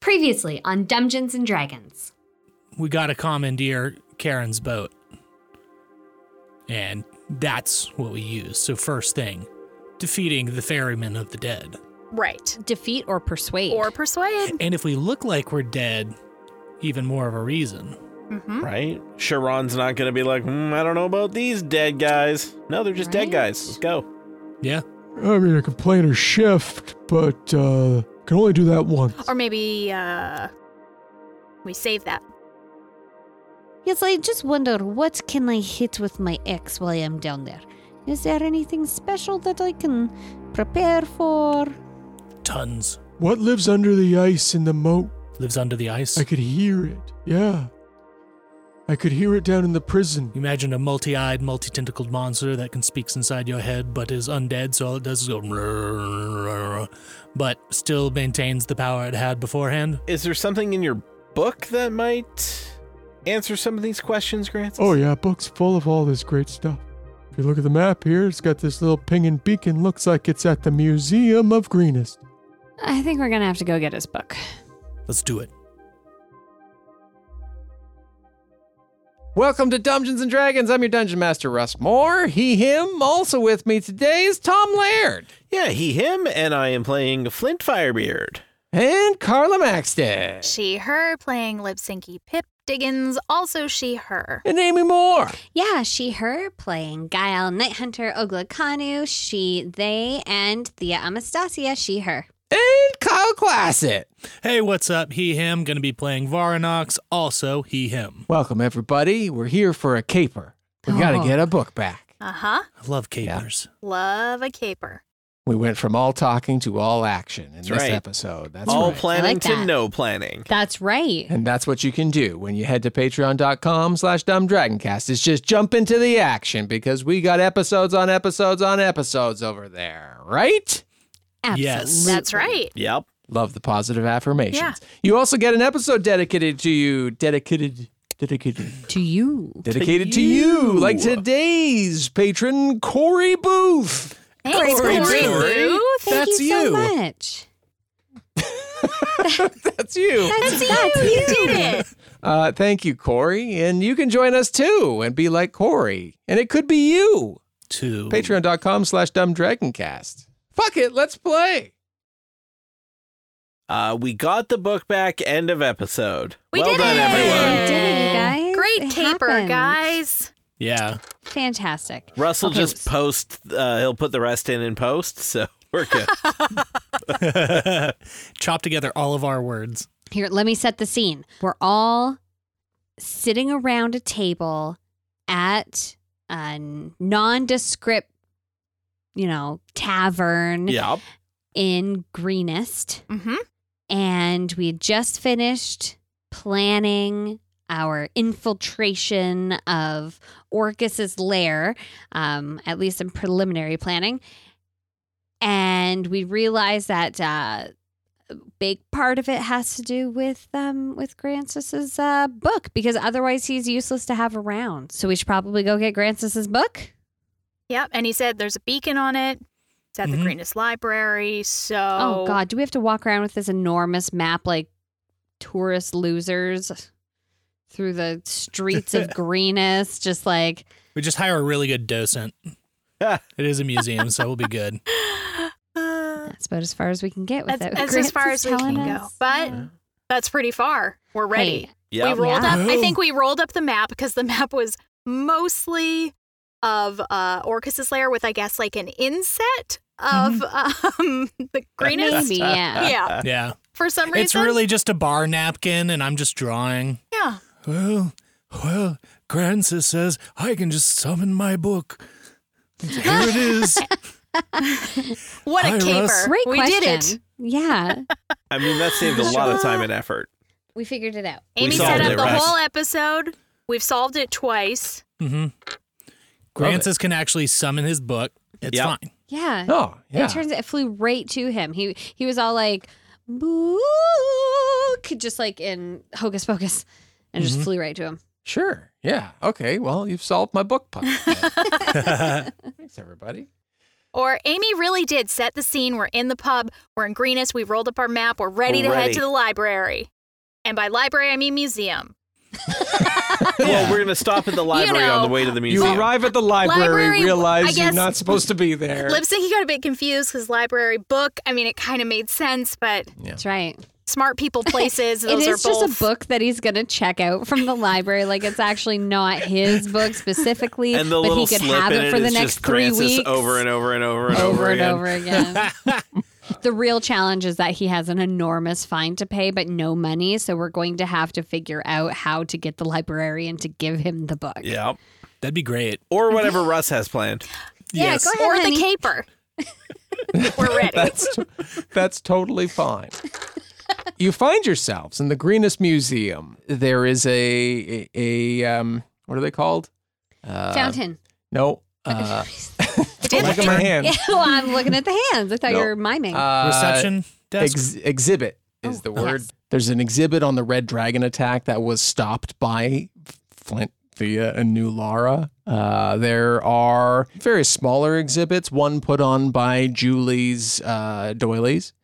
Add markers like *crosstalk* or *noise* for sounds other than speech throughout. Previously on Dungeons and Dragons. we got to commandeer Karen's boat. And that's what we use. So, first thing, defeating the ferryman of the dead. Right. Defeat or persuade. Or persuade. And if we look like we're dead, even more of a reason. Right? Sharon's not going to be like, "Hmm, I don't know about these dead guys. No, they're just Right. dead guys. Let's go. Yeah. I mean, I could play in a shift, but uh, can only do that once. Or maybe uh we save that. Yes, I just wonder what can I hit with my axe while I'm down there? Is there anything special that I can prepare for? Tons What lives under the ice in the moat? lives under the ice. I could hear it. Yeah. I could hear it down in the prison. Imagine a multi eyed, multi tentacled monster that can speaks inside your head but is undead, so all it does is go. "Rrrr," But still maintains the power it had beforehand. Is there something in your book that might answer some of these questions, Grant? Oh, yeah, book's full of all this great stuff. If you look at the map here, it's got this little ping and beacon. Looks like it's at the Museum of Greenest. I think we're gonna have to go get his book. Let's do it. Welcome to Dungeons and Dragons. I'm your dungeon master, Russ Moore. He, him. Also with me today is Tom Laird Yeah, he, him, and I am playing Flint Firebeard. and Carla Maxted She her playing lip syncy Pip Diggins, also she her. and Amy Moore. Yeah, she, her, playing Guile, Night Hunter, Oglakanu, she, they, and Thea Amastasia, she, her. And Kyle Classett. Hey, what's up? He, him. Gonna be playing Varanox. Also, he, him. Welcome, everybody. We're here for a caper. We gotta Oh. get a book back. Uh-huh. I love capers. Love a caper. We went from all talking to all action in That's this right. episode. That's All right. planning like to that. no planning. That's right. and that's what you can do when you head to patreon.com slash dumbdragoncast is just jump into the action because we got episodes on episodes on episodes over there, right? Absolutely. Yes. That's right. Yep. Love the positive affirmations. Yeah. You also get an episode dedicated to you, dedicated, dedicated, To you. dedicated to, you. like today's patron Corey Booth. Thanks, Corey Corey Booth. Booth. Thank That's you so you. much. *laughs* That's you. That's That's, you. You did it. Uh, thank you, Corey, and you can join us too and be like Corey, and it could be you. Two. Patreon.com/slash dumbdragoncast. Fuck it, let's play. Uh, we got the book back, end of episode. We well did done, it! everyone. We did it, you guys. Great It caper, happened. guys. Yeah. *laughs* Fantastic. Russell Okay, just so- post, uh, he'll put the rest in in post, so *laughs* we're good. Chop together all of our words. Here, let me set the scene. We're all sitting around a table at a nondescript, you know, tavern yep. in Greenest. Mm-hmm. And we had just finished planning our infiltration of Orcus's lair, um, at least in preliminary planning. And we realized that uh, a big part of it has to do with um, with Grancis's uh, book because otherwise he's useless to have around. So we should probably go get Grancis's book. Yep. And he said there's a beacon on it. It's at Mhm. the Mm-hmm. Greenest Library. So *sighs* Oh. God, do we have to walk around with this enormous map like tourist losers through the *laughs* streets of Greenest? Just like We just hire a really good docent. it is a museum, so we'll be good. Uh, that's about as far as we can get with That's, it. that's Grant's as far as is we can telling go. us. But that's pretty far. We're ready. Hey, We rolled Yeah. up. I think we rolled up the map because the *laughs* map was mostly of uh, Orcus's lair, with I guess like an inset of Mm-hmm. um, *laughs* the greenest. Maybe, yeah. Yeah. Yeah. For some reason, It's really just a bar napkin, and I'm just drawing. yeah. Well, well, Grancis says I can just summon my book. Here it is. What a Hi, caper! Russ. Great we question. did it. *laughs* Yeah. I mean, that saved a lot of time and effort. we figured it out. We Amy solved set up it, the Russ. whole episode. We've solved it twice. mm-hmm. Grancis can actually summon his book. It's Yep. fine. Yeah. Oh, yeah. It turns out it flew right to him. He he was all like, book, just like in Hocus Pocus, and just Mm-hmm. flew right to him. Sure. Yeah. Okay. Well, you've solved my book puzzle. Thanks, everybody. Or Amy really did set the scene. We're in the pub. We're in Greenest. We've rolled up our map. We're ready to We're ready. head to the library. And by library, I mean museum. Well, we're gonna stop at the library on the know, way to the You museum. arrive at the library, Library, I realize you're guess- not supposed to *laughs* be there. Lipsync got a bit confused because library book. I mean, it kind of made sense, but That's right. smart people *laughs* places. It Those is are both. just a book that he's going to check out from the library. Like it's actually not his book specifically, and the but little he could slip have in it for the is next just three Grancis weeks over and over and over and over, over and again. over again. *laughs* the real challenge is that he has an enormous fine to pay, but no money. So we're going to have to figure out how to get the librarian to give him the book. Yeah. That'd be great. Or whatever Russ has planned. yeah, Yes. go ahead, or the *laughs* caper. We're ready. *laughs* That's that's totally fine. You find yourselves in the Greenest Museum. There is a a, a, um what are they called? Uh, Fountain. No. Uh, *laughs* look at my Lectern. hand. *laughs* well, I'm looking at the hands. I thought No. you were miming. Uh, Reception desk. ex- exhibit is Oh, the word. yes. There's an exhibit on the Red Dragon attack that was stopped by Flint, Thea, and New Lara. Uh, there are various smaller exhibits, one put on by Julie's uh, Doilies.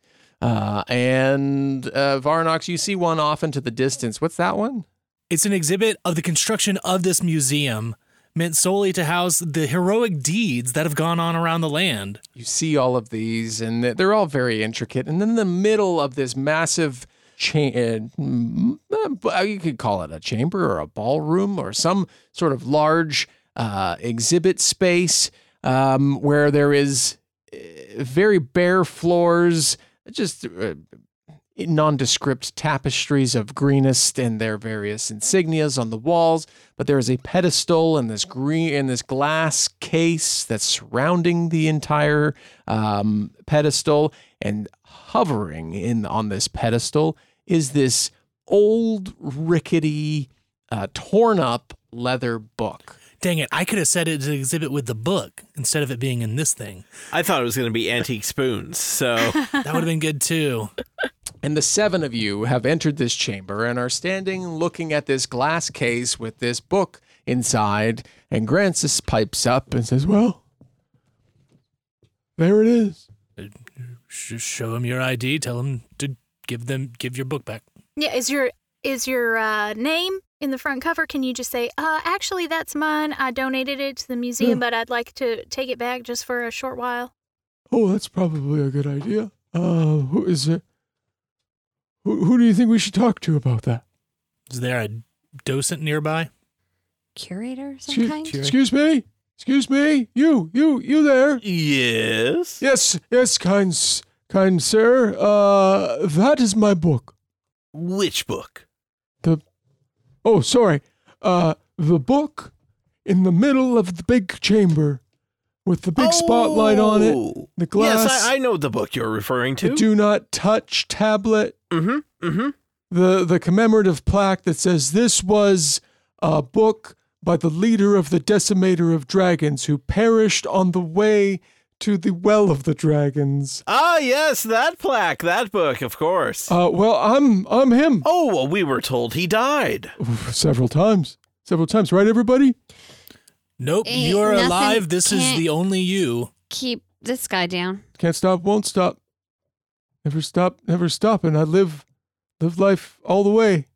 Uh, and uh, Varnox, you see one off into the distance. What's that one? It's an exhibit of the construction of this museum, meant solely to house the heroic deeds that have gone on around the land. you see all of these and th- they're all very intricate and then the middle of this massive chain uh, you could call it a chamber or a ballroom or some sort of large uh, exhibit space um, where there is uh, very bare floors just uh, nondescript tapestries of greenest and their various insignias on the walls, but there is a pedestal and this green and this glass case that's surrounding the entire um, pedestal, and hovering in on this pedestal is this old rickety, uh, torn up leather book. Dang it, I could have said it's an exhibit with the book instead of it being in this thing. I thought it was gonna be antique spoons. So That would have been good *laughs* too. And the seven of you have entered this chamber and are standing looking at this glass case with this book inside. And Grancis pipes up and says, Well, There it is. Sh- show him your ID, tell him to give them give your book back. Yeah, is your is your uh, name in the front cover? Can you just say, uh, actually, that's mine. I donated it to the Hmm. museum, but I'd like to take it back just for a short while. Oh, that's probably a good idea. Uh, who is it? Who, who do you think we should talk to about that? Is there a docent nearby? Curator, of some Excuse, kind. excuse me? Excuse me? You, you, you there? Yes. Yes, yes, kind, s- kind sir. Uh, that is my book. Which book? The, oh, sorry. Uh, the book in the middle of the big chamber with the big spotlight on it. Oh. the glass. Yes, I, I know the book you're referring The to. do not touch tablet. Mm-hmm. Mm-hmm. the the commemorative plaque that says this was a book by the leader of the decimator of dragons who perished on the way to the well of the dragons Ah, yes, that plaque, that book, of course. uh well i'm i'm him oh, well, we were told he died. several times several times right everybody Nope, Ain't you're nothing alive. This is can't- the only you. Keep this guy down. can't stop won't stop never stop never stop and i live live life all the way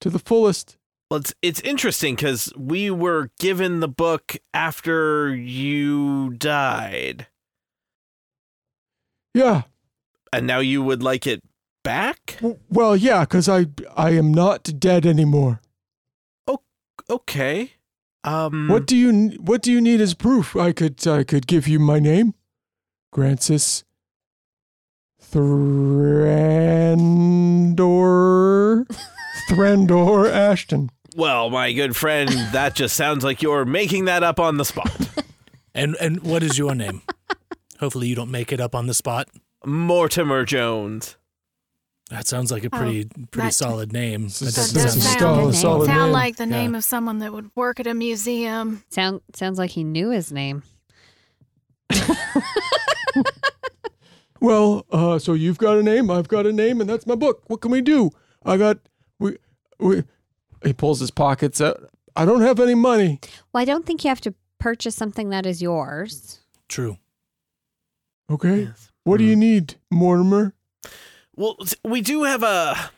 to the fullest Well, it's, it's interesting because we were given the book after you died. yeah And now you would like it back? W- Well, yeah, because I I am not dead anymore. Okay. Um What do you What do you need as proof? I could I could give you my name, Grancis Thrandor Thrandor Ashton. Well, my good friend, that just sounds like you're making that up on the spot. And and what is your name? *laughs* Hopefully you don't make it up on the spot. Mortimer Jones. That sounds like a Oh, pretty pretty that- solid name. That That's- doesn't that's a sound- solid- solid Sound name. like the Yeah. name of someone that would work at a museum. Sound sounds like he knew his name. Well, uh, so you've got a name, I've got a name, and that's my book. What can we do? I got we we. He pulls his pockets out. I don't have any money. Well, I don't think you have to purchase something that is yours. True. Okay. What do you need, Mortimer? Well, s- we do have a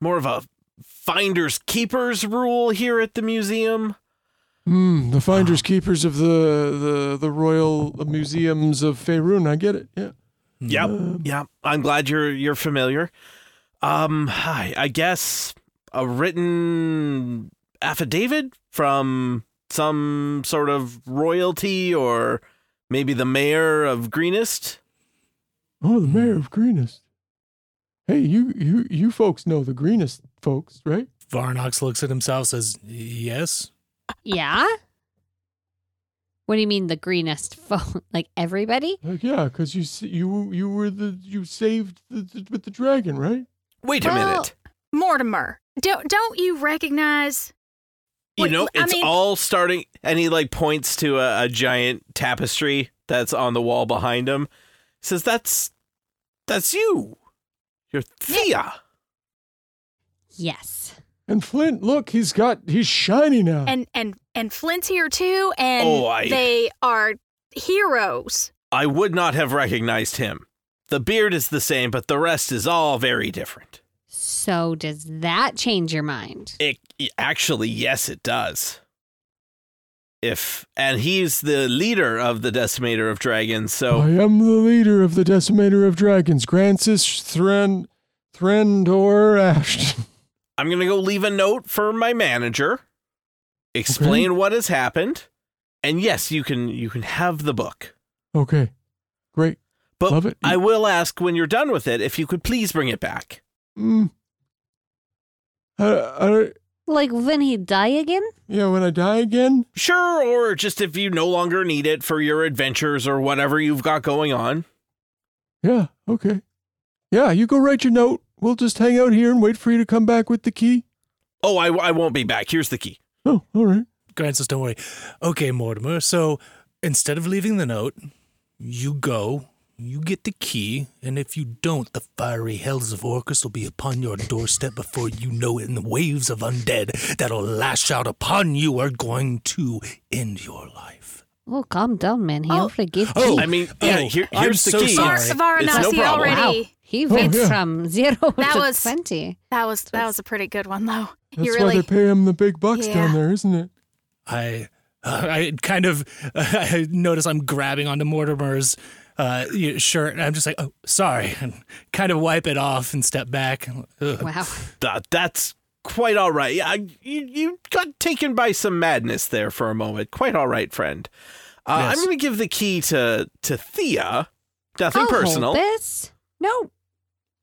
more of a finders keepers rule here at the museum. Hmm. The finders keepers of the the the royal museums of Faerun. I get it. Yeah. Hmm. Yep. Um, Yep. I'm glad you're you're familiar. Um I, I guess a written affidavit from some sort of royalty or maybe the mayor of Greenest. Oh, the mayor of Greenest. Hey, you you you folks know the Greenest folks, right? Varnox looks at himself, says, "Yes." Yeah. What do you mean the greenest *laughs* phone? Like everybody? Like, yeah, because you s- you you were the you saved the, the, with the dragon, right? Wait a Well, minute. Mortimer, don't don't you recognize? You wait, know, I it's mean- all starting and he like points to a, a giant tapestry that's on the wall behind him. Says that's that's you. You're Thea. Yes. And Flint, look, he's got he's shiny now. And and and Flint's here too, and Oh, I- they are heroes. I would not have recognized him. The beard is the same, but the rest is all very different. So does that change your mind? It actually, yes, it does. If and he's the leader of the Decimator of Dragons, I so am the leader of the Decimator of Dragons, Grancis Thren Threndor *laughs* Ashton. I'm gonna go leave a note for my manager, explain what has happened, and yes, you can you can have the book. Okay, great. But Love it. I will ask when you're done with it if you could please bring it back. Mm. I, I, Like when he die again? yeah, when I die again, Sure, or just if you no longer need it for your adventures or whatever you've got going on. Yeah, okay. Yeah, you go write your note. We'll just hang out here and wait for you to come back with the key. Oh, I, I won't be back. Here's the key. Oh, all right. Grant says, "Don't worry." Okay, Mortimer. So instead of leaving the note, you go, you get the key, and if you don't, the fiery hells of Orcus will be upon your doorstep before you know it, and the waves of undead that'll lash out upon you are going to end your life. Oh, calm down, man. He Oh. already gave Oh, key. I mean, Oh, yeah, here, I'm here's the so key. sorry. Var- It's Varanasi no problem. already. Wow. He Oh, went yeah. from zero That to was- 20. That was that was a pretty good one though. That's you why really they pay him the big bucks down Yeah. there, isn't it? I uh, I kind of *laughs* I notice I'm grabbing onto Mortimer's uh, you know, shirt, and I'm just like, oh, sorry, and kind of wipe it off and step back. Ugh. Wow. That- that's quite all right. Yeah, I, you, you got taken by some madness there for a moment. Quite all right, friend. Uh, Yes. I'm going to give the key to, to Thea. Nothing I'll hold personal. Oh, this. No.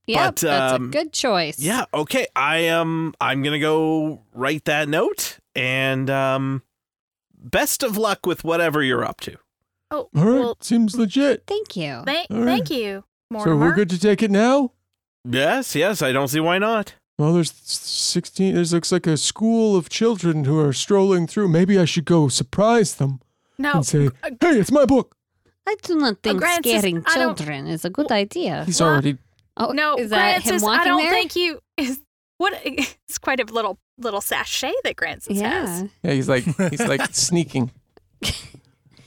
Yep, But, that's a um, good choice. Yeah, okay. I Um, I'm going to go write that note and um, best of luck with whatever you're up to. oh All right, well seems legit. Thank you. thank all right. thank you, Mortimer. So we're good to take it now? Yes, yes, I don't see why not. Well, there's 16. There's looks like a school of children who are strolling through. Maybe I should go surprise them no and say, uh, hey, it's my book. I do not think Grant says, scaring I don't- children is a good idea. He's Well, already Oh, no is that him Francis, walking I don't there? think you *laughs* is what it's quite a little little sachet that Grants yeah. has. yeah, he's like he's like *laughs* sneaking.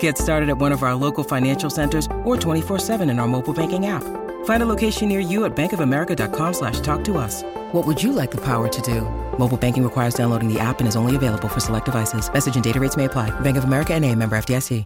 Get started at one of our local financial centers or 24-7 in our mobile banking app. Find a location near you at bankofamerica.com slash talk to us. What would you like the power to do? Mobile banking requires downloading the app and is only available for select devices. Message and data rates may apply. Bank of America and a member FDIC.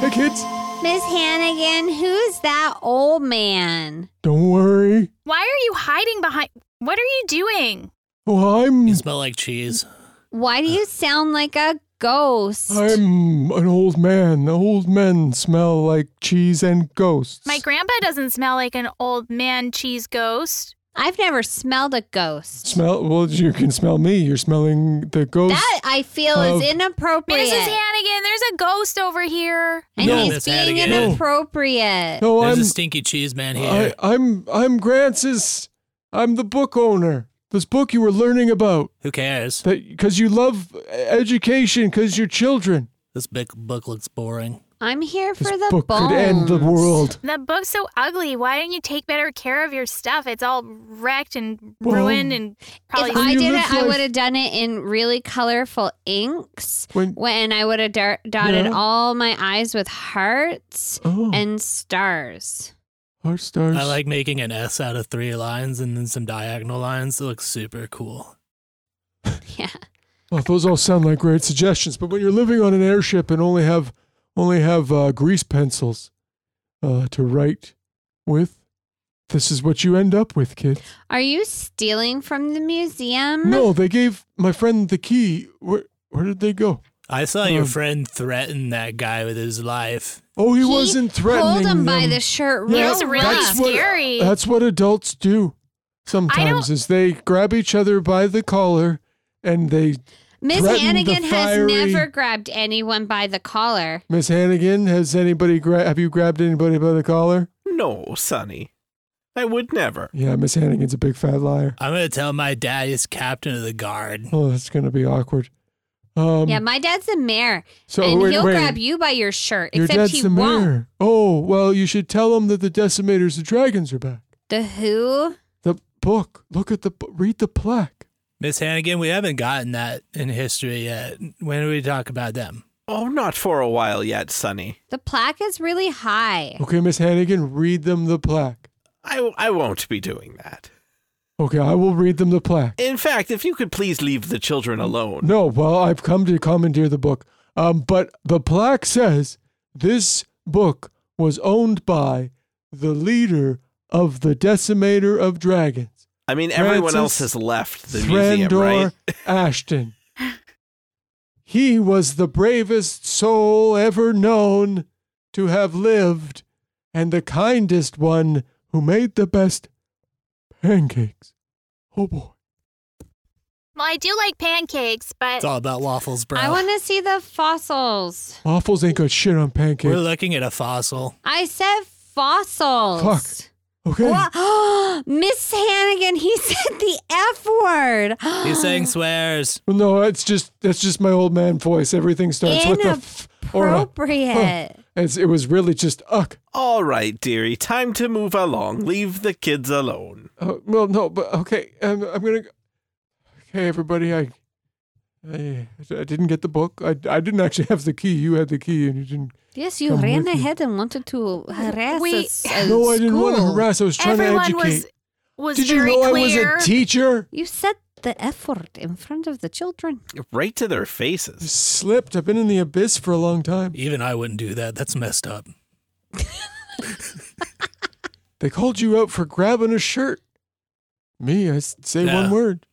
Hey, kids. Miss Hannigan, who's that old man? Don't worry. Why are you hiding behind? What are you doing? Oh, I'm You smell like cheese. Why do you sound like a ghost? I'm an old man. Old men smell like cheese and ghosts. My grandpa doesn't smell like an old man cheese ghost. I've never smelled a ghost. smell. Well, you can smell me. You're smelling the ghost. That I feel of- is Mrs. inappropriate. Hannigan, there's a ghost over here. And No, he's Miss being Hannigan. No. inappropriate. no, There's I'm. a stinky cheese man here. I, I'm. I'm Grancis. I'm the book owner. This book you were learning about, Who cares? that because you love education, because you're children. This big book looks boring. I'm here for This the book could end the bones. world. The book's so ugly. Why don't you take better care of your stuff? It's all wrecked and Well, ruined and probably. if I you did live it, I life- would have done it in really colorful inks. When- When, I would have dar- dotted Yeah. all my eyes with hearts Oh, and stars. *laughs* our stars. I like making an S out of three lines and then some diagonal lines. It looks super cool. Yeah. Well, those all sound like great suggestions, but when you're living on an airship and only have only have uh, grease pencils uh, to write with, this is what you end up with, kid. Are you stealing from the museum? No, they gave my friend the key. Where where did they go? I saw your Um, friend threaten that guy with his life. Oh, he, wasn't threatening Pulled him by them. the shirt. Yeah, real was really rough. what- scary. that's what adults do sometimes is they grab each other by the collar and they Miss threatened the Hannigan has fiery- never grabbed anyone by the collar. Miss Hannigan, has anybody gra- have you grabbed anybody by the collar? No, Sonny. I would never. Yeah, Miss Hannigan's a big fat liar. I'm gonna tell my dad he's captain of the guard. Oh, that's gonna be awkward. Um, yeah, my dad's the mayor, so and wait, he'll wait. grab you by your shirt. Your except dad's he the won't. mayor. Oh, well, you should tell him that the decimators, the dragons, are back. The who? The book. Look at the bu- read the plaque. Miss Hannigan, we haven't gotten that in history yet. When do we talk about them? Oh, not for a while yet, Sonny. The plaque is really high. Okay, Miss Hannigan, read them the plaque. I, I won't be doing that. Okay, I will read them the plaque. In fact, if you could please leave the children alone. No, well, I've come to commandeer the book. Um, but the plaque says this book was owned by the leader of the decimator of dragons. I mean, everyone Francis else has left the museum, Thrandor right? Ashton. *laughs* He was the bravest soul ever known to have lived, and the kindest one who made the best pancakes. Oh boy. well, I do like pancakes, but It's all about waffles, bro. I want to see the fossils. Waffles ain't got shit on We're pancakes. looking at a fossil. I said fossils. Okay. Wha- *gasps* Miss Hannigan, he *laughs* said the F word. He's *gasps* saying swears. Well, no, it's just that's just my old man voice. Everything starts with a f or a huh. Inappropriate. It's, it was really just uck. All right, dearie, time to move along. Leave the kids alone. Uh, well, no, but okay. Um, I'm gonna. go- Okay, everybody. I, I, I didn't get the book. I, I didn't actually have the key. You had the key, and you didn't. Yes, you Come ran with me. ahead and wanted to harass We- us. at no, I didn't want to school. harass. I was trying everyone to educate. was was Did you very know clear. I was a teacher? You said the F word in front of the children. Right to their I faces. slipped. I've been in the abyss for a long time. Even I wouldn't do that. That's messed up. They called you out for grabbing a shirt. Me, I s- say Yeah. one word.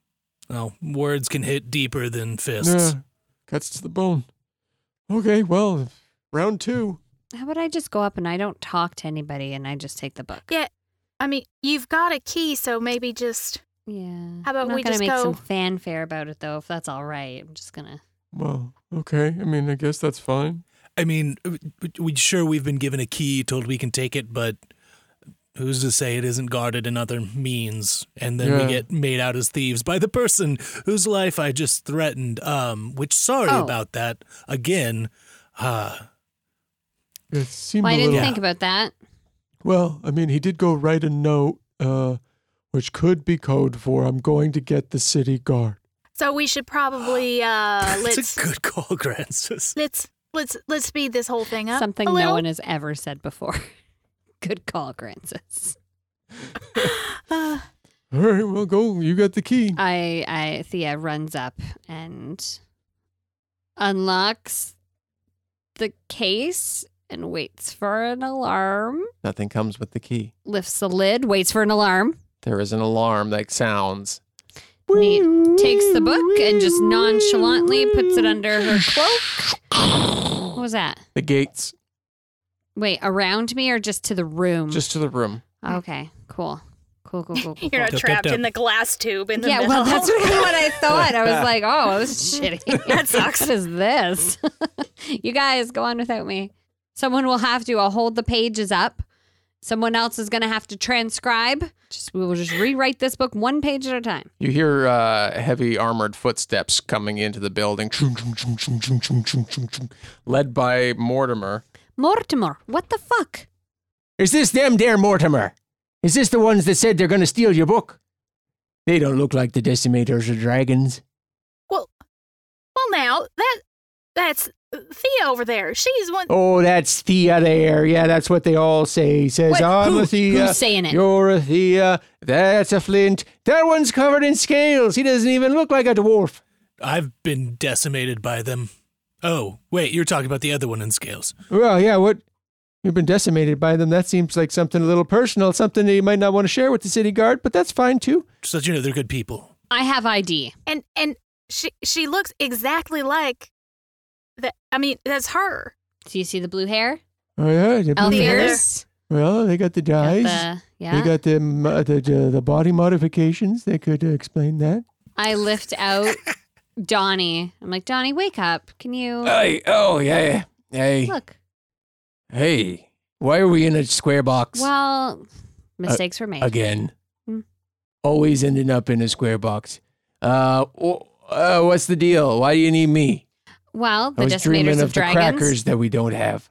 No, words can hit deeper than fists. Yeah, cuts to the bone. Okay, well, round two. How about I just go up and I don't talk to anybody and I just take the book? yeah, I mean, you've got a key, so maybe just Yeah. How about I'm not we gonna just make some go- fanfare about it though, if that's all right. I'm just gonna. Well, okay. I mean, I guess that's fine. I mean, w- w- we sure we've been given a key, told we can take it, but who's to say it isn't guarded in other means? And then Yeah. we get made out as thieves by the person whose life I just threatened. Um, which sorry Oh. about that again. Uh, It seemed well, a I didn't little- think about that. Well, I mean, he did go write a note, uh, which could be code for "I'm going to get the city guard." *laughs* So we should *gasps* probably uh *laughs* That's let's a good call, Francis. let's let's let's speed this whole thing up. Something a no little. one has ever said before. *laughs* Good call, Grancis. All right, well, go. You got the key. Uh, I, I, Thea runs up and unlocks the case and waits for an alarm. Nothing comes with the key. Lifts the lid, waits for an alarm. There is an alarm that sounds. Nate takes the book and just nonchalantly puts it under her cloak. What was that? The gates Wait, around me or just to the room? Mm. just to the room. okay. Cool. Cool. Cool. Cool. cool, *laughs* You're not cool. Tap, tap, trapped tap. in the glass tube in the yeah, middle. well, that's *laughs* really what I thought. I was like, oh, this is shitty. That sucks. What is this? *laughs* you guys, go on without me. Someone will have to. I'll hold the pages up. Someone else is going to have to transcribe. Just we will just rewrite this book one page at a time. You hear uh, heavy armored footsteps coming into the building, choom, choom, choom, choom, choom, choom, choom, choom, choom, led by Mortimer. Mortimer, what the fuck? Is this them there, Mortimer? Is this the ones that said they're going to steal your book? They don't look like the Decimators or dragons. Well, now that that's Thea over there. She's one. Oh, that's Thea there. Yeah, that's what they all say. Says, What? I'm Who- a Thea. who's saying it? You're a Thea. That's a Flint. That one's covered in scales. He doesn't even look like a dwarf. *laughs* I've been decimated by them. Oh, wait, you're talking about the other one in scales. Well, yeah, what? You've been decimated by them. That seems like something a little personal, something that you might not want to share with the city guard, but that's fine too. Just let you know they're good people. I have ID. And and she she looks exactly like that. I mean, that's her. Do you see the blue hair? Oh, yeah. they'd be Elf fine. ears? Well, they got the dyes. the- yeah. They got the, mo- the, the, the body modifications. They could uh, explain that. I lift *laughs* out Donnie. I'm like, Donnie, wake up. Can you Uh, Hey, oh, yeah. yeah. Hey, look? hey. Why are we in a square box? Well, mistakes were made. Again. Hmm. Always ending up in a square box. Uh, wh- uh, what's the deal? Why do you need me? Well, the I was dreaming decimators of, of, the dragons. crackers that we don't have.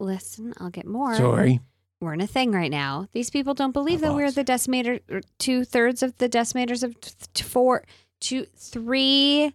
Listen, I'll get more. Sorry. We're in a thing right now. These people don't believe that we're the decimator, or two thirds of the decimators of t- t- four, two, three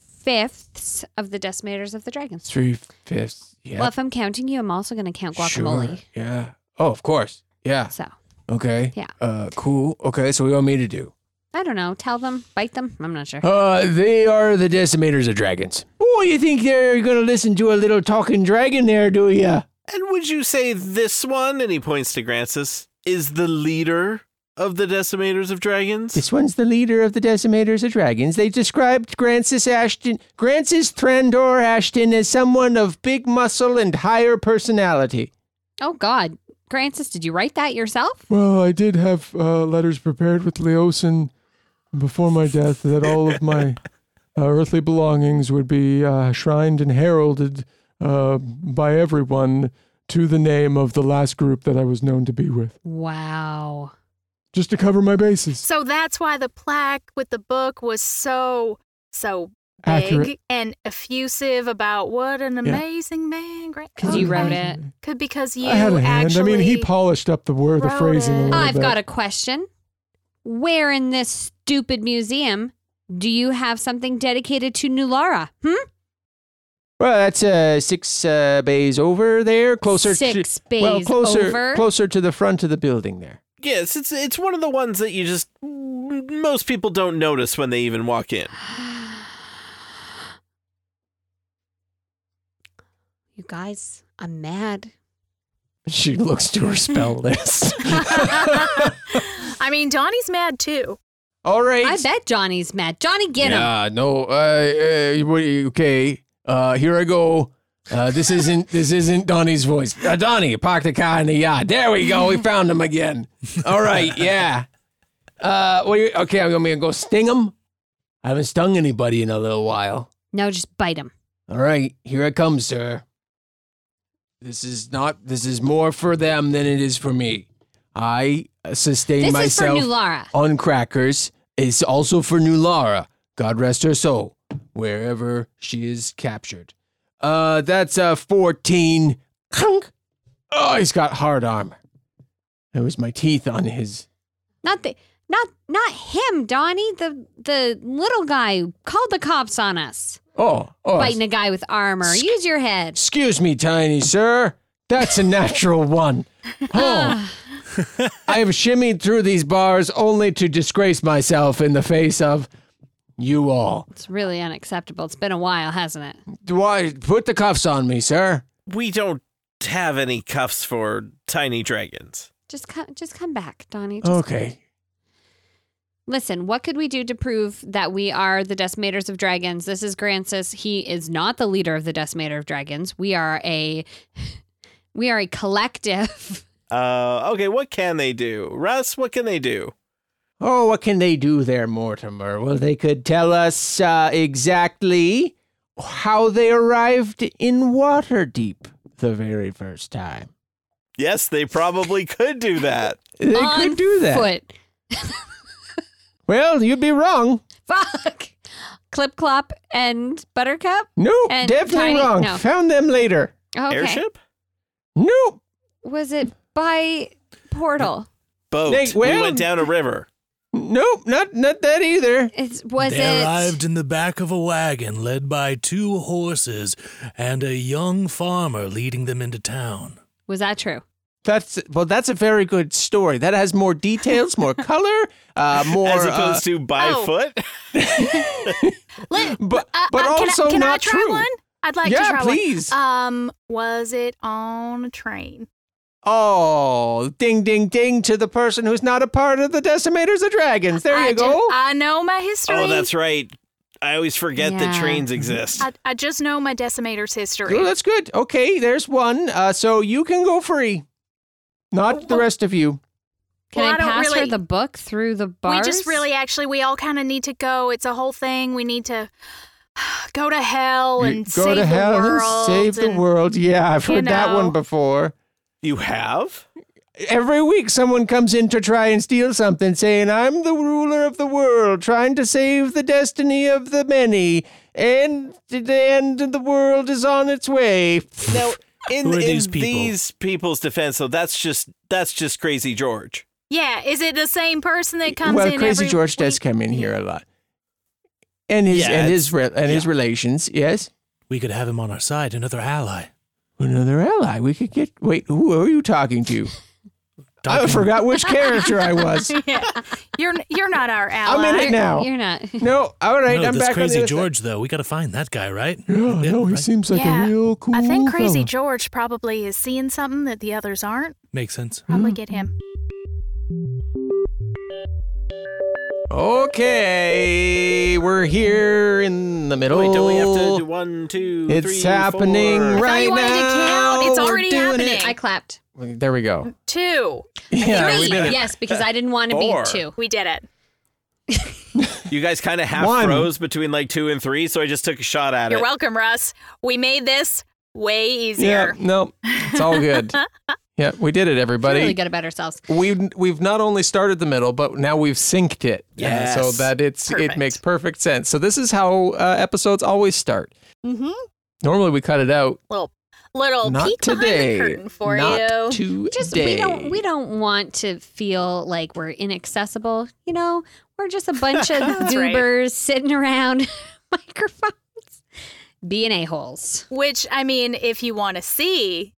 fifths of the decimators of the dragons. Three fifths. Yeah. Well, if I'm counting you, I'm also going to count guacamole. Sure. Yeah. Oh, of course. Yeah. So Okay. Yeah. Uh, cool. Okay. So, what do you want me to do? I don't know. Tell them, bite them. I'm not sure. Uh, they are the decimators of dragons. Oh, you think they're going to listen to a little talking dragon there, do you? And would you say this one, and he points to Grancis, is the leader of the Decimators of Dragons? This one's the leader of the Decimators of Dragons. They described Grancis Ashton, Grancis Thrandor Ashton, as someone of big muscle and higher personality. oh God, Francis, did you write that yourself? Well, I did have uh, letters prepared with Leosin before my death that all of *laughs* my uh, earthly belongings would be uh, shrined and heralded uh, by everyone to the name of the last group that I was known to be with, Wow. just to cover my bases. So that's why the plaque with the book was so so big Accurate. and effusive about what an Yeah. amazing man. Because Because you wrote it. Could because you I had a hand. I actually. mean, he polished up the word, the wrote phrasing a it. little I've bit. got a question. Where in this stupid museum do you have something dedicated to Nulara? Hmm? Well, that's uh, six uh, bays over there, closer Six to well, bays closer, over? closer to the front of the building there. Yes, it's it's one of the ones that you just most people don't notice when they even walk in. You guys, I'm mad. She looks to her *laughs* *laughs* spell list. I mean, Donnie's mad too. All right. I bet Johnny's mad. Johnny, get him. yeah, no. Uh, uh, what do you- okay. Uh, here I go. Uh, this isn't this isn't Donnie's voice. Uh, Donnie, park the car in the yard. There we go. We found him again. All *laughs* right. Yeah. Uh, what do you, okay. I'm gonna go sting him. I haven't stung anybody in a little while. No, just bite him. All right, here it comes, sir. This is not. This is more for them than it is for me. I uh, sustain This is for myself New Lara. on crackers. It's also for New Lara. God rest her soul, wherever she is captured. Uh, that's a uh, fourteen Clunk. Oh, he's got hard armor. It was my teeth on his. Not the not not him, Donnie. The the little guy who called the cops on us. Oh, oh. Biting a guy with armor. Use your head. Excuse me, tiny sir. That's a natural one. Oh. I have shimmied through these bars only to disgrace myself in the face of you all. It's really unacceptable. It's been a while, hasn't it? Do I put the cuffs on me, sir? We don't have any cuffs for tiny dragons. Just come just come back, Donnie. Just Okay. Listen, what could we do to prove that we are the decimators of dragons? This is Grancis. He is not the leader of the decimator of dragons. We are a *laughs* we are a collective. Uh, okay, what can they do? Russ, what can they do? Oh, what can they do there, Mortimer? Well, they could tell us uh, exactly how they arrived in Waterdeep the very first time. Yes, they probably could do *laughs* that. *laughs* They could do that. Foot. Well, you'd be wrong. Fuck. Clip clop and buttercup? No, And definitely Tiny- wrong. No. Found them later. Okay. Airship? Nope. Was it by portal? Boat. They- well- we went down a river. Nope, not not that either. It's was they arrived in the back of a wagon led by two horses and a young farmer leading them into town. Was that true? That's well. That's a very good story. That has more details, *laughs* more color, uh, more As opposed uh, to by Oh. foot? but but Uh, can I, also can not I try true. One? I'd like Yeah, to try please. one. Um, was it on a train? Oh, ding, ding, ding to the person who's not a part of the Decimators of Dragons. There I you ju- go. I know my history. Oh, that's right. I always forget that Yeah. Uh, trains exist. I, I just know my decimator's history. Good, that's good. Okay, there's one. Uh, so you can go free. Not the rest of you. Can Well, I I don't pass her really- the book through the bars? We just really, actually, we all kind of need to go. It's a whole thing. We need to *sighs* go to hell and go save to hell the world. and save the and- world. Yeah, I've you heard that know. one before. You have? Every week, someone comes in to try and steal something, saying, I'm the ruler of the world, trying to save the destiny of the many, and the end of the world is on its way. Now, in, Who are in these people? these people's defense, though, that's just that's just crazy George. Yeah, is it the same person that comes well, in? Crazy every George does week? come in here a lot, and his Yeah, and it's- his re- and his relations. Yes, We could have him on our side, another ally. another ally. We could get. Wait, who are you talking to? I forgot which character I *laughs* was. yeah. You're you're not our ally. *laughs* I'm in it now. not. No, all right, no, I'm this back on the crazy other George, though. We got to find that guy, right? Yeah, no, he seems like Yeah. a real cool. I think Crazy fella. George probably is seeing something that the others aren't. Makes sense. Hmm. Probably get him. Okay, we're here in the middle. Wait, don't we have to do one, two, It's three, happening four? right I thought you wanted to now. count. It's We're already doing happening. I clapped. There we *laughs* go. Two. Yeah, Three. we did it. Yes, because I didn't want to be Four. two. We did it. You guys kind of half One. froze between like two and three, so I just took a shot at You're it. welcome, Russ. We made this way Yeah, easier. no, it's all *laughs* good. yeah, we did it, everybody. Really good about ourselves. We've we've not only started the middle, but now we've synced it, uh, Yes. so that it's it Perfect. makes perfect sense. So this is how uh, episodes always start. Mm-hmm. Normally we cut it out. Little little not peek today. behind the curtain for not you. today. Just we don't we don't want to feel like we're inaccessible. You know, we're just a bunch *laughs* of That's right. goobers sitting around *laughs* microphones, being a holes. Which I mean, if you want to see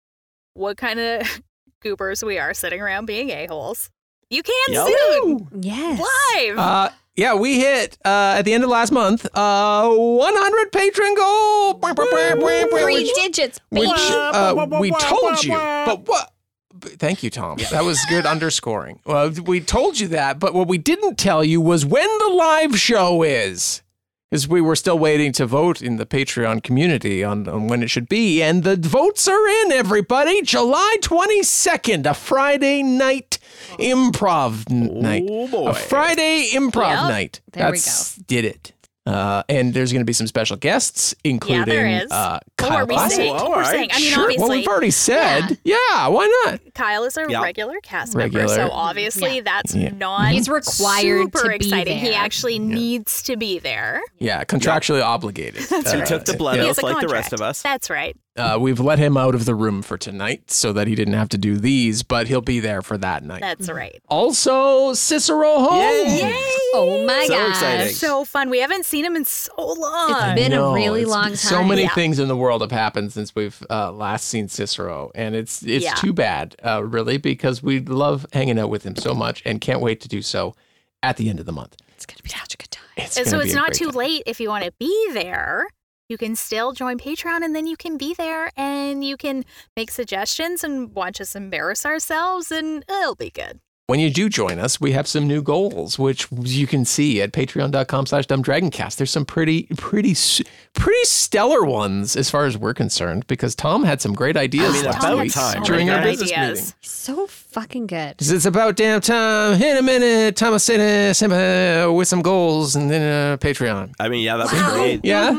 what kind of *laughs* goobers we are sitting around being a holes, you can Yup. soon Yes. live. Uh, yeah, we hit uh, at the end of last month uh, 100 patron goal. Bwah, bwah, bwah, bwah, bwah, Three which- digits, which baby. uh, we told you, but what? but Thank you, Tom. That was good underscoring. Well, we told you that, but what we didn't tell you was when the live show is. Because we were still waiting to vote in the Patreon community on, on when it should be. And the votes are in, everybody. July 22nd, a Friday night improv n- night. boy. A Friday improv Yep. night. There we That's, we go. Did it. Uh, and there's going to be some special guests, yeah, including there is. Uh, what Kyle were we Bossett. saying? all we're right, saying. I mean, Sure. obviously, Well, we've already said. Yeah, why not? Kyle is a Yeah. regular cast member, Regular. so obviously that's Yeah. not He's required super to be exciting. He there. actually needs to be there. Yeah, contractually obligated. He took the blood He oath has a like the contract. rest of us. That's right. Uh, we've let him out of the room for tonight so that he didn't have to do these, but he'll be there for that night. That's right. Also, Cicero Oh, Holmes. Oh my So gosh. exciting. So fun. We haven't seen him in so long. I know, it's- So many things in the world have happened since we've uh, last seen Cicero, and it's it's Yeah. too bad, uh, really, because we love hanging out with him so much and can't wait to do so at the end of the month. It's gonna be such a good time. It's and gonna so be it's a not great too late if you want to be there. You can still join Patreon and then you can be there and you can make suggestions and watch us embarrass ourselves and it'll be good. when you do join us, we have some new goals, which you can see at patreon.com slash dumbdragoncast. There's some pretty, pretty, s- pretty stellar ones as far as we're concerned, because Tom had some great ideas I mean, last about week time, during right, our guys? business Ideas. meeting. So fucking good. 'Cause It's about damn time. In a minute, uh, Thomas Sina Simba uh, with some goals and then uh, Patreon. I mean, yeah, that was great. Yeah.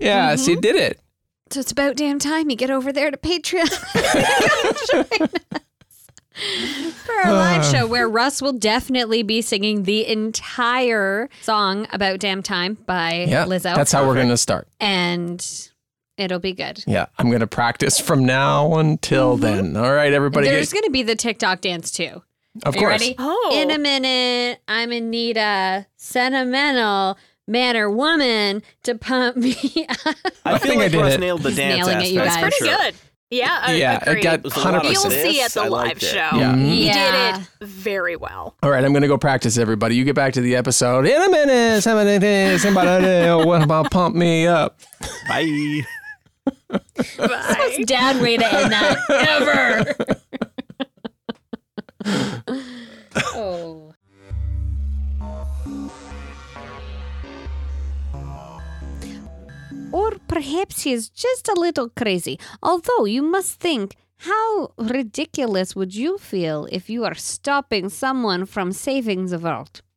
Yeah. She did it. So it's about damn time you get over there to Patreon. *laughs* For our *sighs* live Uh. show, where Russ will definitely be singing the entire song about damn time by Yeah. Lizzo. That's how we're going to start. And it'll be good. Yeah. I'm going to practice from now until then. All right, everybody. There's going to be the TikTok dance too. Of Are you course. ready? Oh, In a minute, I'm gonna need a sentimental man or woman to pump *laughs* me up. I feel think I like did Russ it. nailed the He's dance nailing it, aspect. you guys. for It's sure. pretty Good. Yeah. I Yeah, it agree. got You'll 100%. see at the I live liked it. show. Yeah. Mhm. He Yeah. did it very *laughs* well. All right, I'm going to go practice, everybody. You get back to the episode in a minute. Somebody, somebody, Oh, what about pump me up? Bye. That's the most dad way to end that ever. oh. Or perhaps he is just a little crazy. Although you must think, how ridiculous would you feel if you are stopping someone from saving the world? *laughs*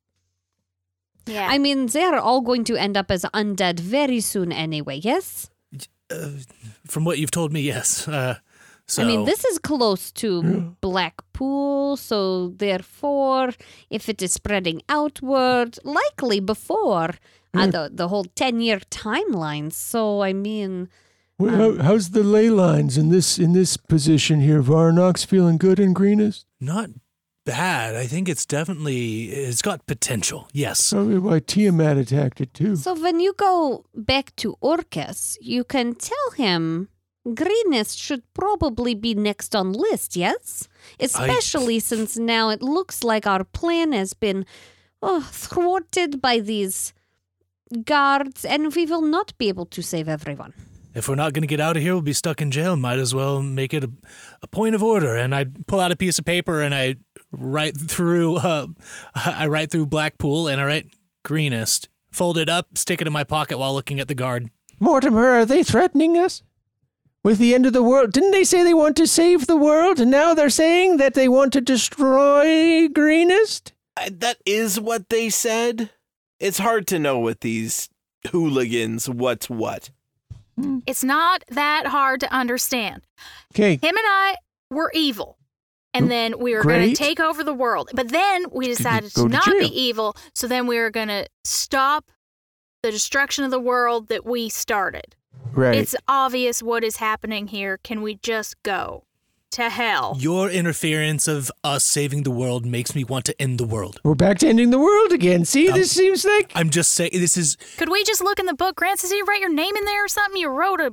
Yeah. I mean, they are all going to end up as undead very soon anyway, yes? Uh, from what you've told me, yes. Uh, so I mean, this is close to Blackpool, so therefore, if it is spreading outward, likely before uh, the, the whole 10 year timeline. So, I mean, Well, how, how's the ley lines in this in this position here? Varnox feeling good and greenest? not bad. I think it's definitely it's got potential. Yes. Probably why Tiamat attacked it too. so when you go back to Orcus, you can tell him greenness should probably be next on list, yes? Especially since now it looks like our plan has been oh, thwarted by these guards, and we will not be able to save everyone. If we're not going to get out of here, we'll be stuck in jail. Might as well make it a, a point of order. And I pull out a piece of paper and I write through. *laughs* Uh, I write through Blackpool and I write greenest. Fold it up, stick it in my pocket while looking at the guard. Mortimer, are they threatening us? With the end of the world? Didn't they say they want to save the world? And now they're saying that they want to destroy Greenest? I- that is what they said. It's hard to know with these hooligans what's what. It's not that hard to understand. Okay. Him and I were evil. And then we were going to Great. take over the world. But then we decided go to to not be jail. evil. So then we were going to stop the destruction of the world that we started. Right. It's obvious what is happening here. Can we just go to hell? Your interference of us saving the world makes me want to end the world. We're back to ending the world again. See, this seems like. I'm just saying this is Could we just look in the book, Grant? Did you write your name in there or something? You wrote a,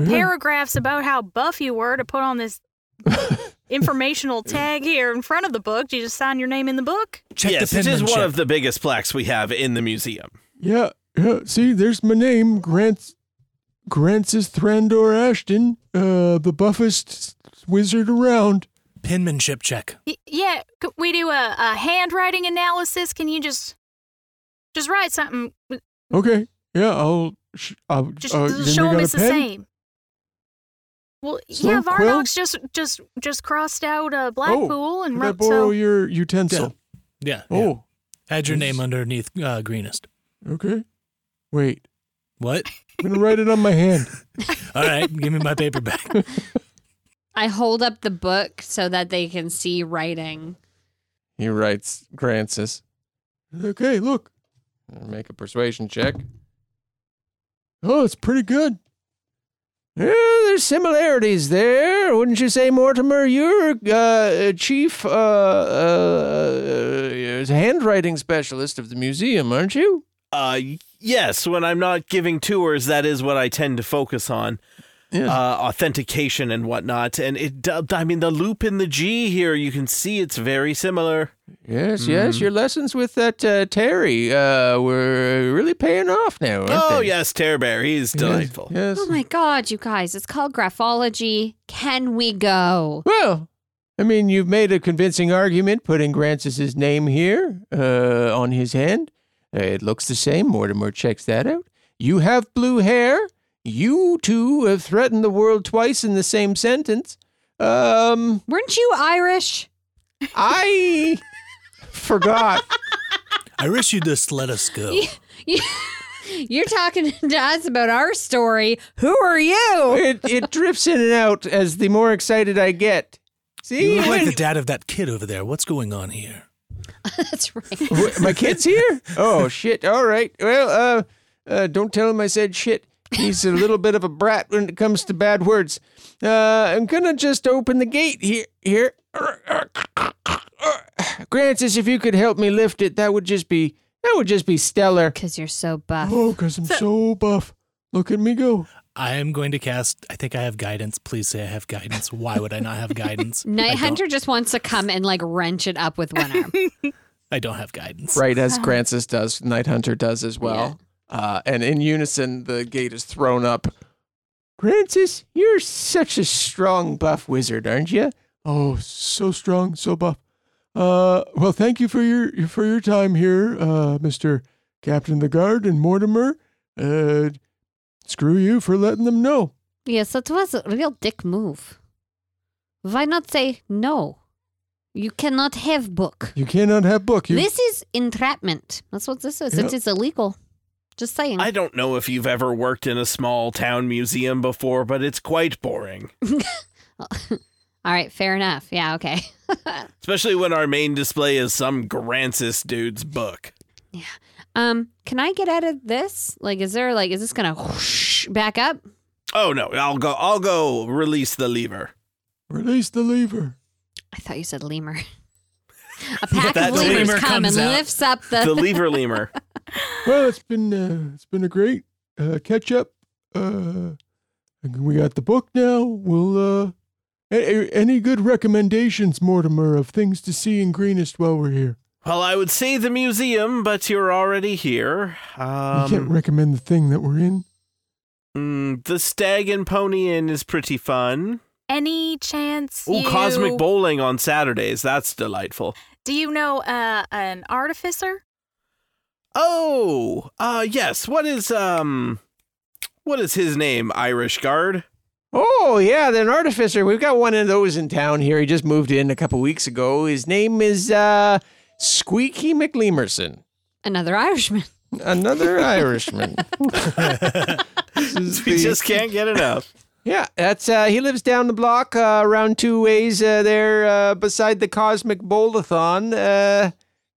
Oh, yeah. paragraphs about how buff you were to put *laughs* on this informational tag here in front of the book. Did you just sign your name in the book? yes, it is one of the biggest plaques we have in the museum. Yeah, yeah. See, there's my name, Grants. Grancis Thrandor Ashton, uh, the buffest s- wizard around. Penmanship check. Y- yeah, could we do a, a handwriting analysis? Can you just just write something? Okay. Yeah, I'll. Sh- I'll Just uh, just then show we them got it's a the pen? same. Well, So, yeah, Quill? Varnox just just just crossed out uh, Oh, Blackpool and Could I wrote borrow so. your utensil? Yeah. Oh. yeah. Add your name underneath uh, greenest. Okay. Wait. What? I'm gonna write it on my hand. All right, give me my paper back. *laughs* I hold up the book so that they can see writing. He writes, Grancis. Okay, look. Make a persuasion check. Oh, it's pretty good. Yeah, there's similarities there, wouldn't you say, Mortimer? Your uh, chief uh, uh, handwriting specialist of the museum, aren't you? Uh, yes. When I'm not giving tours, that is what I tend to focus on. Yes. Uh, authentication and whatnot, and it—I mean, the loop in the G here—you can see it's very similar. Yes, yes. Mhm. Your lessons with that uh, Terry uh, were really paying off now, aren't Oh they? yes, Tearbear, he's delightful. Yes. Oh my God, you guys. It's called graphology. Can we go? Well, I mean, you've made a convincing argument putting Grancis's name here uh, on his hand. Uh, It looks the same. Mortimer checks that out. You have blue hair. You two have threatened the world twice in the same sentence. Um, Weren't you Irish? I forgot. I wish you'd just let us go. You- You're talking *laughs* to us about our story. Who are you? It, it drifts in and out as the more excited I get. You See? look like When- the dad of that kid over there. What's going on here? *laughs* That's right. Wh- my kid's here? *laughs* Oh shit! All right. Well, uh, uh, don't tell him I said shit. He's a little bit of a brat when it comes to bad words. Uh, I'm gonna just open the gate here. Here, Grancis, if you could help me lift it, that would just be that would just be *laughs* stellar. Cause you're so buff. Oh, because I'm so buff. Look at me go. I am going to cast. I think I have guidance. Please say I have guidance. Why would I not have guidance? I Night don't- Hunter just wants to come and like wrench it up with one arm. I don't have guidance. Right Uh-huh. as Grancis does, Night Hunter does as well. Uh, and in unison, the gate is thrown up. Grancis, you're such a strong buff wizard, aren't you? Oh, so strong, so buff. Uh, well, thank you for your for your time here, uh, Mister Captain of the Guard and Mortimer. Uh, screw you for letting them know. yes, that was a real dick move. Why not say no? You cannot have book. You cannot have book. You, This is entrapment. That's what this is. It Yeah. is illegal. Just saying. I don't know if you've ever worked in a small town museum before, but it's quite boring. All right, fair enough. Yeah, okay. *laughs* Especially when our main display is some Grancis dude's book. Um, can I get out of this? Like, is there like, is this gonna whoosh back up? Oh no, I'll go I'll go release the lever. Release the lever. I thought you said *laughs* lemur. A pack That of lemurs lemur come comes and out. lifts up the, The lever lemur. Well, it's been uh, it's been a great uh, catch up. Uh, we got the book now. We'll uh, a- a- any good recommendations, Mortimer, of things to see in Greenest while we're here. Well, I would say the museum, but you're already here. you can't Um, recommend the thing that we're in. mm, the Stag and Pony Inn is pretty fun. Any chance Ooh, you cosmic bowling on Saturdays. That's delightful. Do you know uh, an artificer? Oh, uh yes. What is um what is his name? Irish guard? *laughs* Oh yeah, the artificer. We've got one of those in town here. He just moved in a couple weeks ago. His name is uh, Squeaky McLeamerson. another Irishman. Another Irishman. We just can't get enough. Yeah, that's uh, he lives down the block, uh, around two ways uh, there, uh, beside the Cosmic Bowlathon, uh,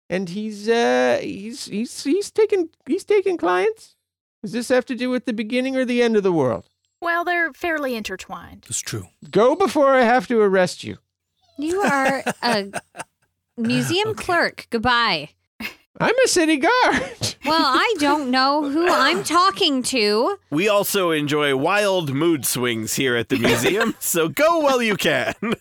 and he's uh, he's he's he's taking he's taking clients. Does this have to do with the beginning or the end of the world? Well, they're fairly intertwined. It's true. Go before I have to arrest you. You are a museum clerk. Goodbye. I'm a city guard. Well, I don't know who I'm talking to. We also enjoy wild mood swings here at the museum, *laughs* so go while you can. *laughs*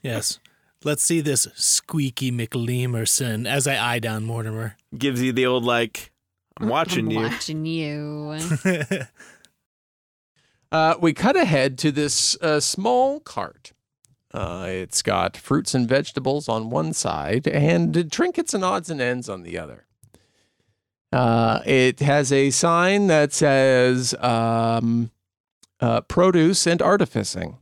Yes. Let's see this squeaky McLeamerson as I eye down Mortimer. *laughs* Gives you the old like, I'm *laughs* watching I'm you. Watching you. *laughs* Uh, we cut ahead to this uh, small cart. Uh, it's got fruits and vegetables on one side and trinkets and odds and ends on the other. Uh, it has a sign that says um, uh, produce and artificing.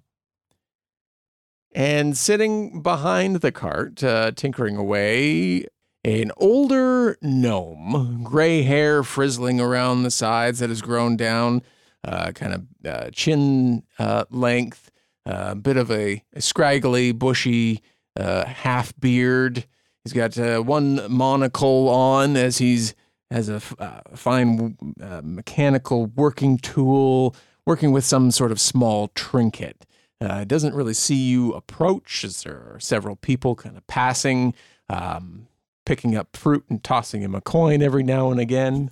And sitting behind the cart, uh, tinkering away, an older gnome, gray hair frizzling around the sides that has grown down, uh, kind of uh, chin uh, length, a bit of a, a scraggly, bushy uh, half beard. He's got uh, one monocle on as he's has a f- uh, fine uh, mechanical working tool working with some sort of small trinket. Uh, doesn't really see you approach as there are several people kind of passing, um, picking up fruit and tossing him a coin every now and again.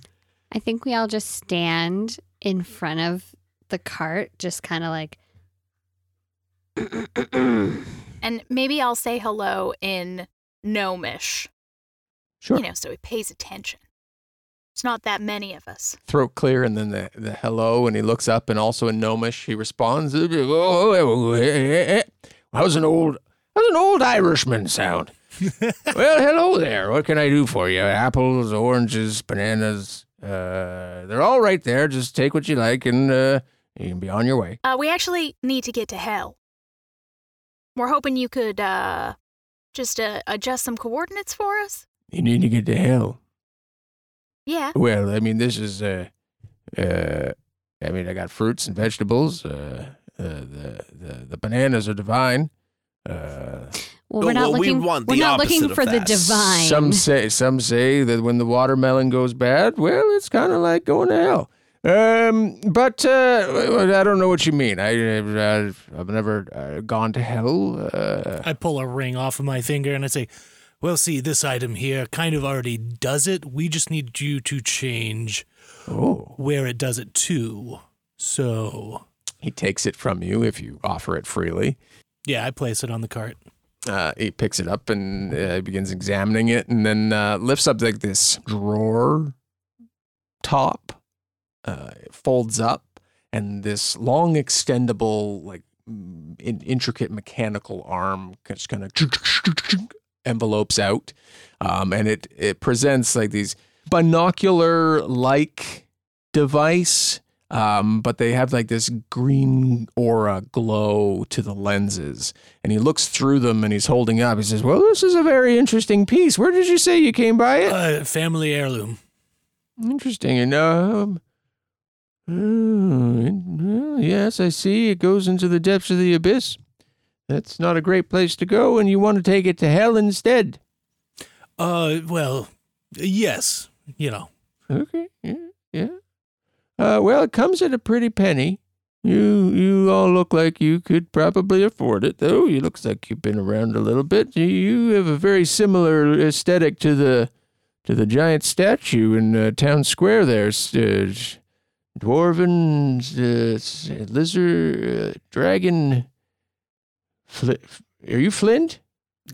I think we all just stand in front of the cart, just kind of like. and maybe I'll say hello in gnomish. Sure. You know, so he pays attention. It's not that many of us. Throat clear, and then the, the hello, and he looks up, and also in gnomish, he responds, "Oh, eh, How's an old, how's an old Irishman sound? well, hello there. What can I do for you? Apples, oranges, bananas. Uh, they're all right there. Just take what you like, and uh, you can be on your way. Uh, we actually need to get to hell. We're hoping you could uh, just uh, adjust some coordinates for us. You need to get to hell. Yeah. Well, I mean, this is. Uh, uh, I mean, I got fruits and vegetables. Uh, uh, the, the the bananas are divine. Uh, Well, we're not Well, we looking. want we're the not looking opposite of for the that. divine. Some say some say that when the watermelon goes bad, well, it's kind of like going to hell. Um, but uh, I don't know what you mean. I, I I've never uh, gone to hell. Uh, I pull a ring off of my finger and I say, Well, see, this item here kind of already does it. We just need you to change Oh. where it does it to. So, He takes it from you if you offer it freely. yeah, I place it on the cart. Uh, he picks it up and uh, begins examining it, and then uh, lifts up like this drawer top, uh, it folds up, and this long extendable, like mm, in- intricate mechanical arm just kind of envelopes out, um, and it it presents like these binocular like device. Um, but they have like this green aura glow to the lenses, and he looks through them and he's holding up. He says, "Well, this is a very interesting piece. Where did you say you came by it? Uh, family heirloom. Interesting. And um, oh, well, yes, I see. It goes into the depths of the abyss. That's not a great place to go, and you want to take it to hell instead. Uh, well, yes, you know. Okay. Yeah. Yeah. Uh, well, it comes at a pretty penny. You you all look like you could probably afford it, though. You looks like you've been around a little bit. You- You have a very similar aesthetic to the to the giant statue in uh, town square there. S- Uh, s- dwarven, uh, s- lizard, uh, dragon. Fli- are you Flint?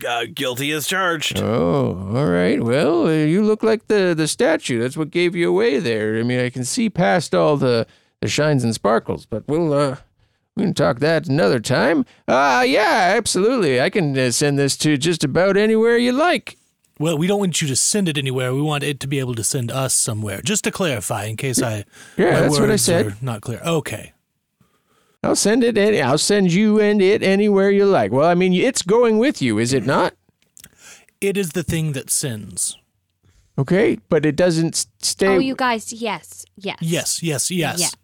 Uh, guilty as charged. Oh, all right. Well, uh, you look like the the statue. That's what gave you away there. I mean, I can see past all the the shines and sparkles, but we'll uh we can talk that another time. Ah, yeah, absolutely. I can uh, send this to just about anywhere you like. Well, we don't want you to send it anywhere. We want it to be able to send us somewhere. Just to clarify, in case I Yeah, my that's what I words said. are not clear. Okay, I'll send it any I'll send you and it anywhere you like. Well, I mean, it's going with you, is it not? it is the thing that sins. Okay, but it doesn't s- stay oh, you guys. Yes. Yes. Yes, yes, yes,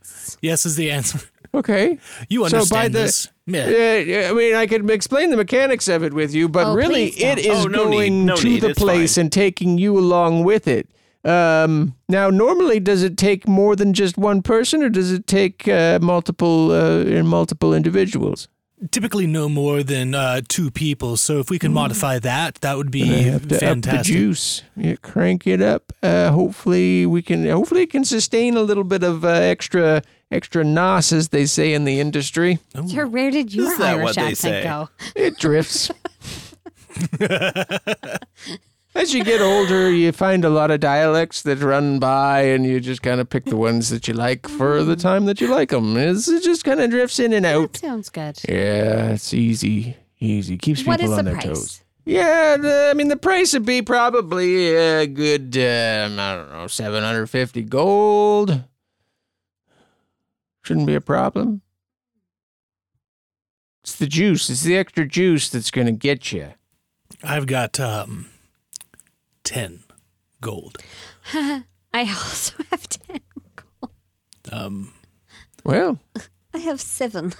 yes, is the answer. *laughs* Okay. You understand so by the, this? Yeah. Uh, yeah, I mean, I could explain the mechanics of it with you, but Oh, really, please don't. it Oh, is no need, going no to need, the it's place fine. and taking you along with it. Um, now, normally, does it take more than just one person, or does it take uh, multiple uh, in multiple individuals? Typically, no more than uh, two people. So if we can modify that, that would Mm. I be have to up the fantastic. juice, yeah, crank it up. Uh, hopefully, we can. Hopefully, it can sustain a little bit of uh, extra extra nos, as they say in the industry. Sir, where did your Is that Irish what they accent say? go? It drifts. As you get older, you find a lot of dialects that run by, and you just kind of pick the ones that you like for Mm-hmm. the time that you like them. It's, it just kind of drifts in and That out. sounds good. Yeah, it's easy, easy. Keeps people What is on the their price? toes. Yeah, the, I mean the price would be probably a good, um, I don't know, seven hundred fifty gold. Shouldn't be a problem. It's the juice. It's the extra juice that's gonna get you. I've got um, ten gold. I also *laughs* have ten. Um, Well, I have seven.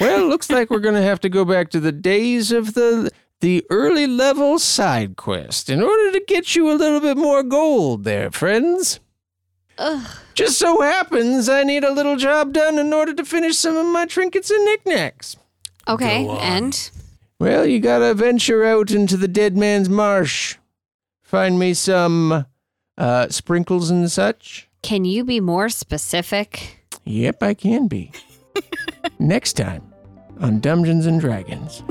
Well, looks like we're going to have to go back to the days of the the early level side quest in order to get you a little bit more gold there, friends. Ugh. Just so happens I need a little job done in order to finish some of my trinkets and knickknacks. Okay, and Well, you gotta venture out into the dead man's marsh. Find me some uh, sprinkles and such. can you be more specific? Yep, I can be. Next time on Dungeons and Dragons.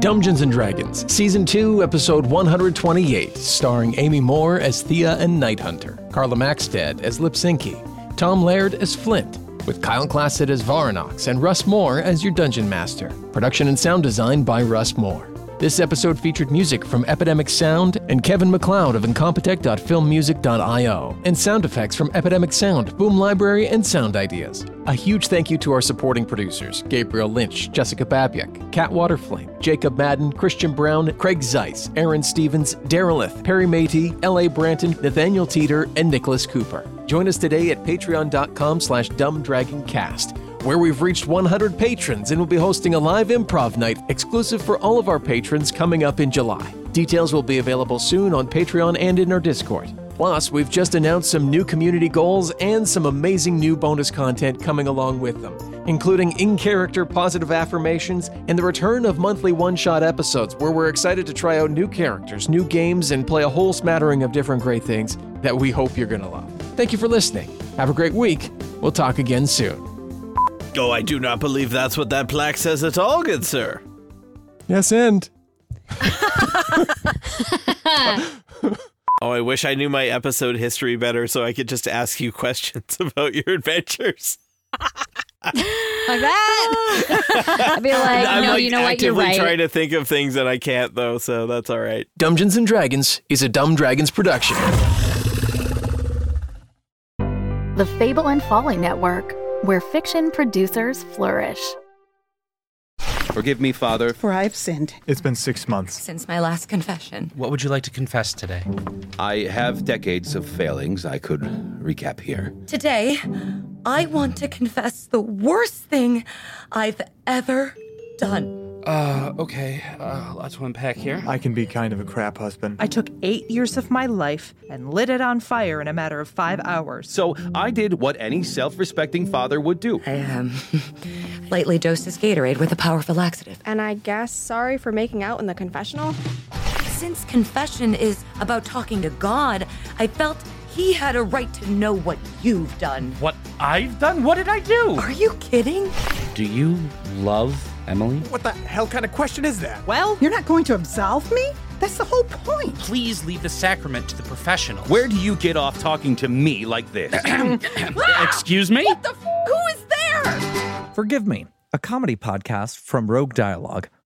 Dungeons and Dragons, Season 2, Episode 128, starring Amy Moore as Thea and Night Hunter, Carla Maxted as Lipsinki, Tom Laird as Flint, with Kyle Classett as Varanox and Russ Moore as your Dungeon Master. Production and sound design by Russ Moore. This episode featured music from Epidemic Sound and Kevin McLeod of incompetech.filmmusic.io, and sound effects from Epidemic Sound, Boom Library, and Sound Ideas. A huge thank you to our supporting producers Gabriel Lynch, Jessica Babiak, Kat Waterflame, Jacob Madden, Christian Brown, Craig Zeiss, Aaron Stevens, Darylith, Perry Matey, L.A. Branton, Nathaniel Teeter, and Nicholas Cooper. Join us today at patreon.com slash dumbdragoncast where we've reached 100 patrons and will be hosting a live improv night exclusive for all of our patrons coming up in July. Details will be available soon on Patreon and in our Discord. Plus, we've just announced some new community goals and some amazing new bonus content coming along with them, including in character positive affirmations and the return of monthly one shot episodes where we're excited to try out new characters, new games, and play a whole smattering of different great things that we hope you're going to love. Thank you for listening. Have a great week. We'll talk again soon. Oh, I do not believe that's what that plaque says at all, good sir. Yes, and. Oh, I wish I knew my episode history better so I could just ask you *laughs* questions about your adventures. Like that? *laughs* I'd be like, I'm Uh, no, like you know what? You're actively right. trying to think of things that I can't though, so that's all right. Dungeons and Dragons is a Dumb Dragons production. The Fable and Folly Network, where fiction producers flourish. Forgive me, Father. For I've sinned. It's been six months. Since my last confession. What would you like to confess today? I have decades of failings I could recap here. Today, I want to confess the worst thing I've ever done. Uh, okay. Uh, a lot to unpack here. I can be kind of a crap husband. I took eight years of my life and lit it on fire in a matter of five hours. So I did what any self respecting father would do. I am. Lightly dosed his Gatorade with a powerful laxative. And I guess sorry for making out in the confessional. Since confession is about talking to God, I felt he had a right to know what you've done. What I've done? What did I do? Are you kidding? Do you love Emily? What the hell kind of question is that? Well, you're not going to absolve me? That's the whole point. Please leave the sacrament to the professional. Where do you get off talking to me like this? *coughs* Excuse me? Who is there? Forgive me. A comedy podcast from Rogue Dialogue,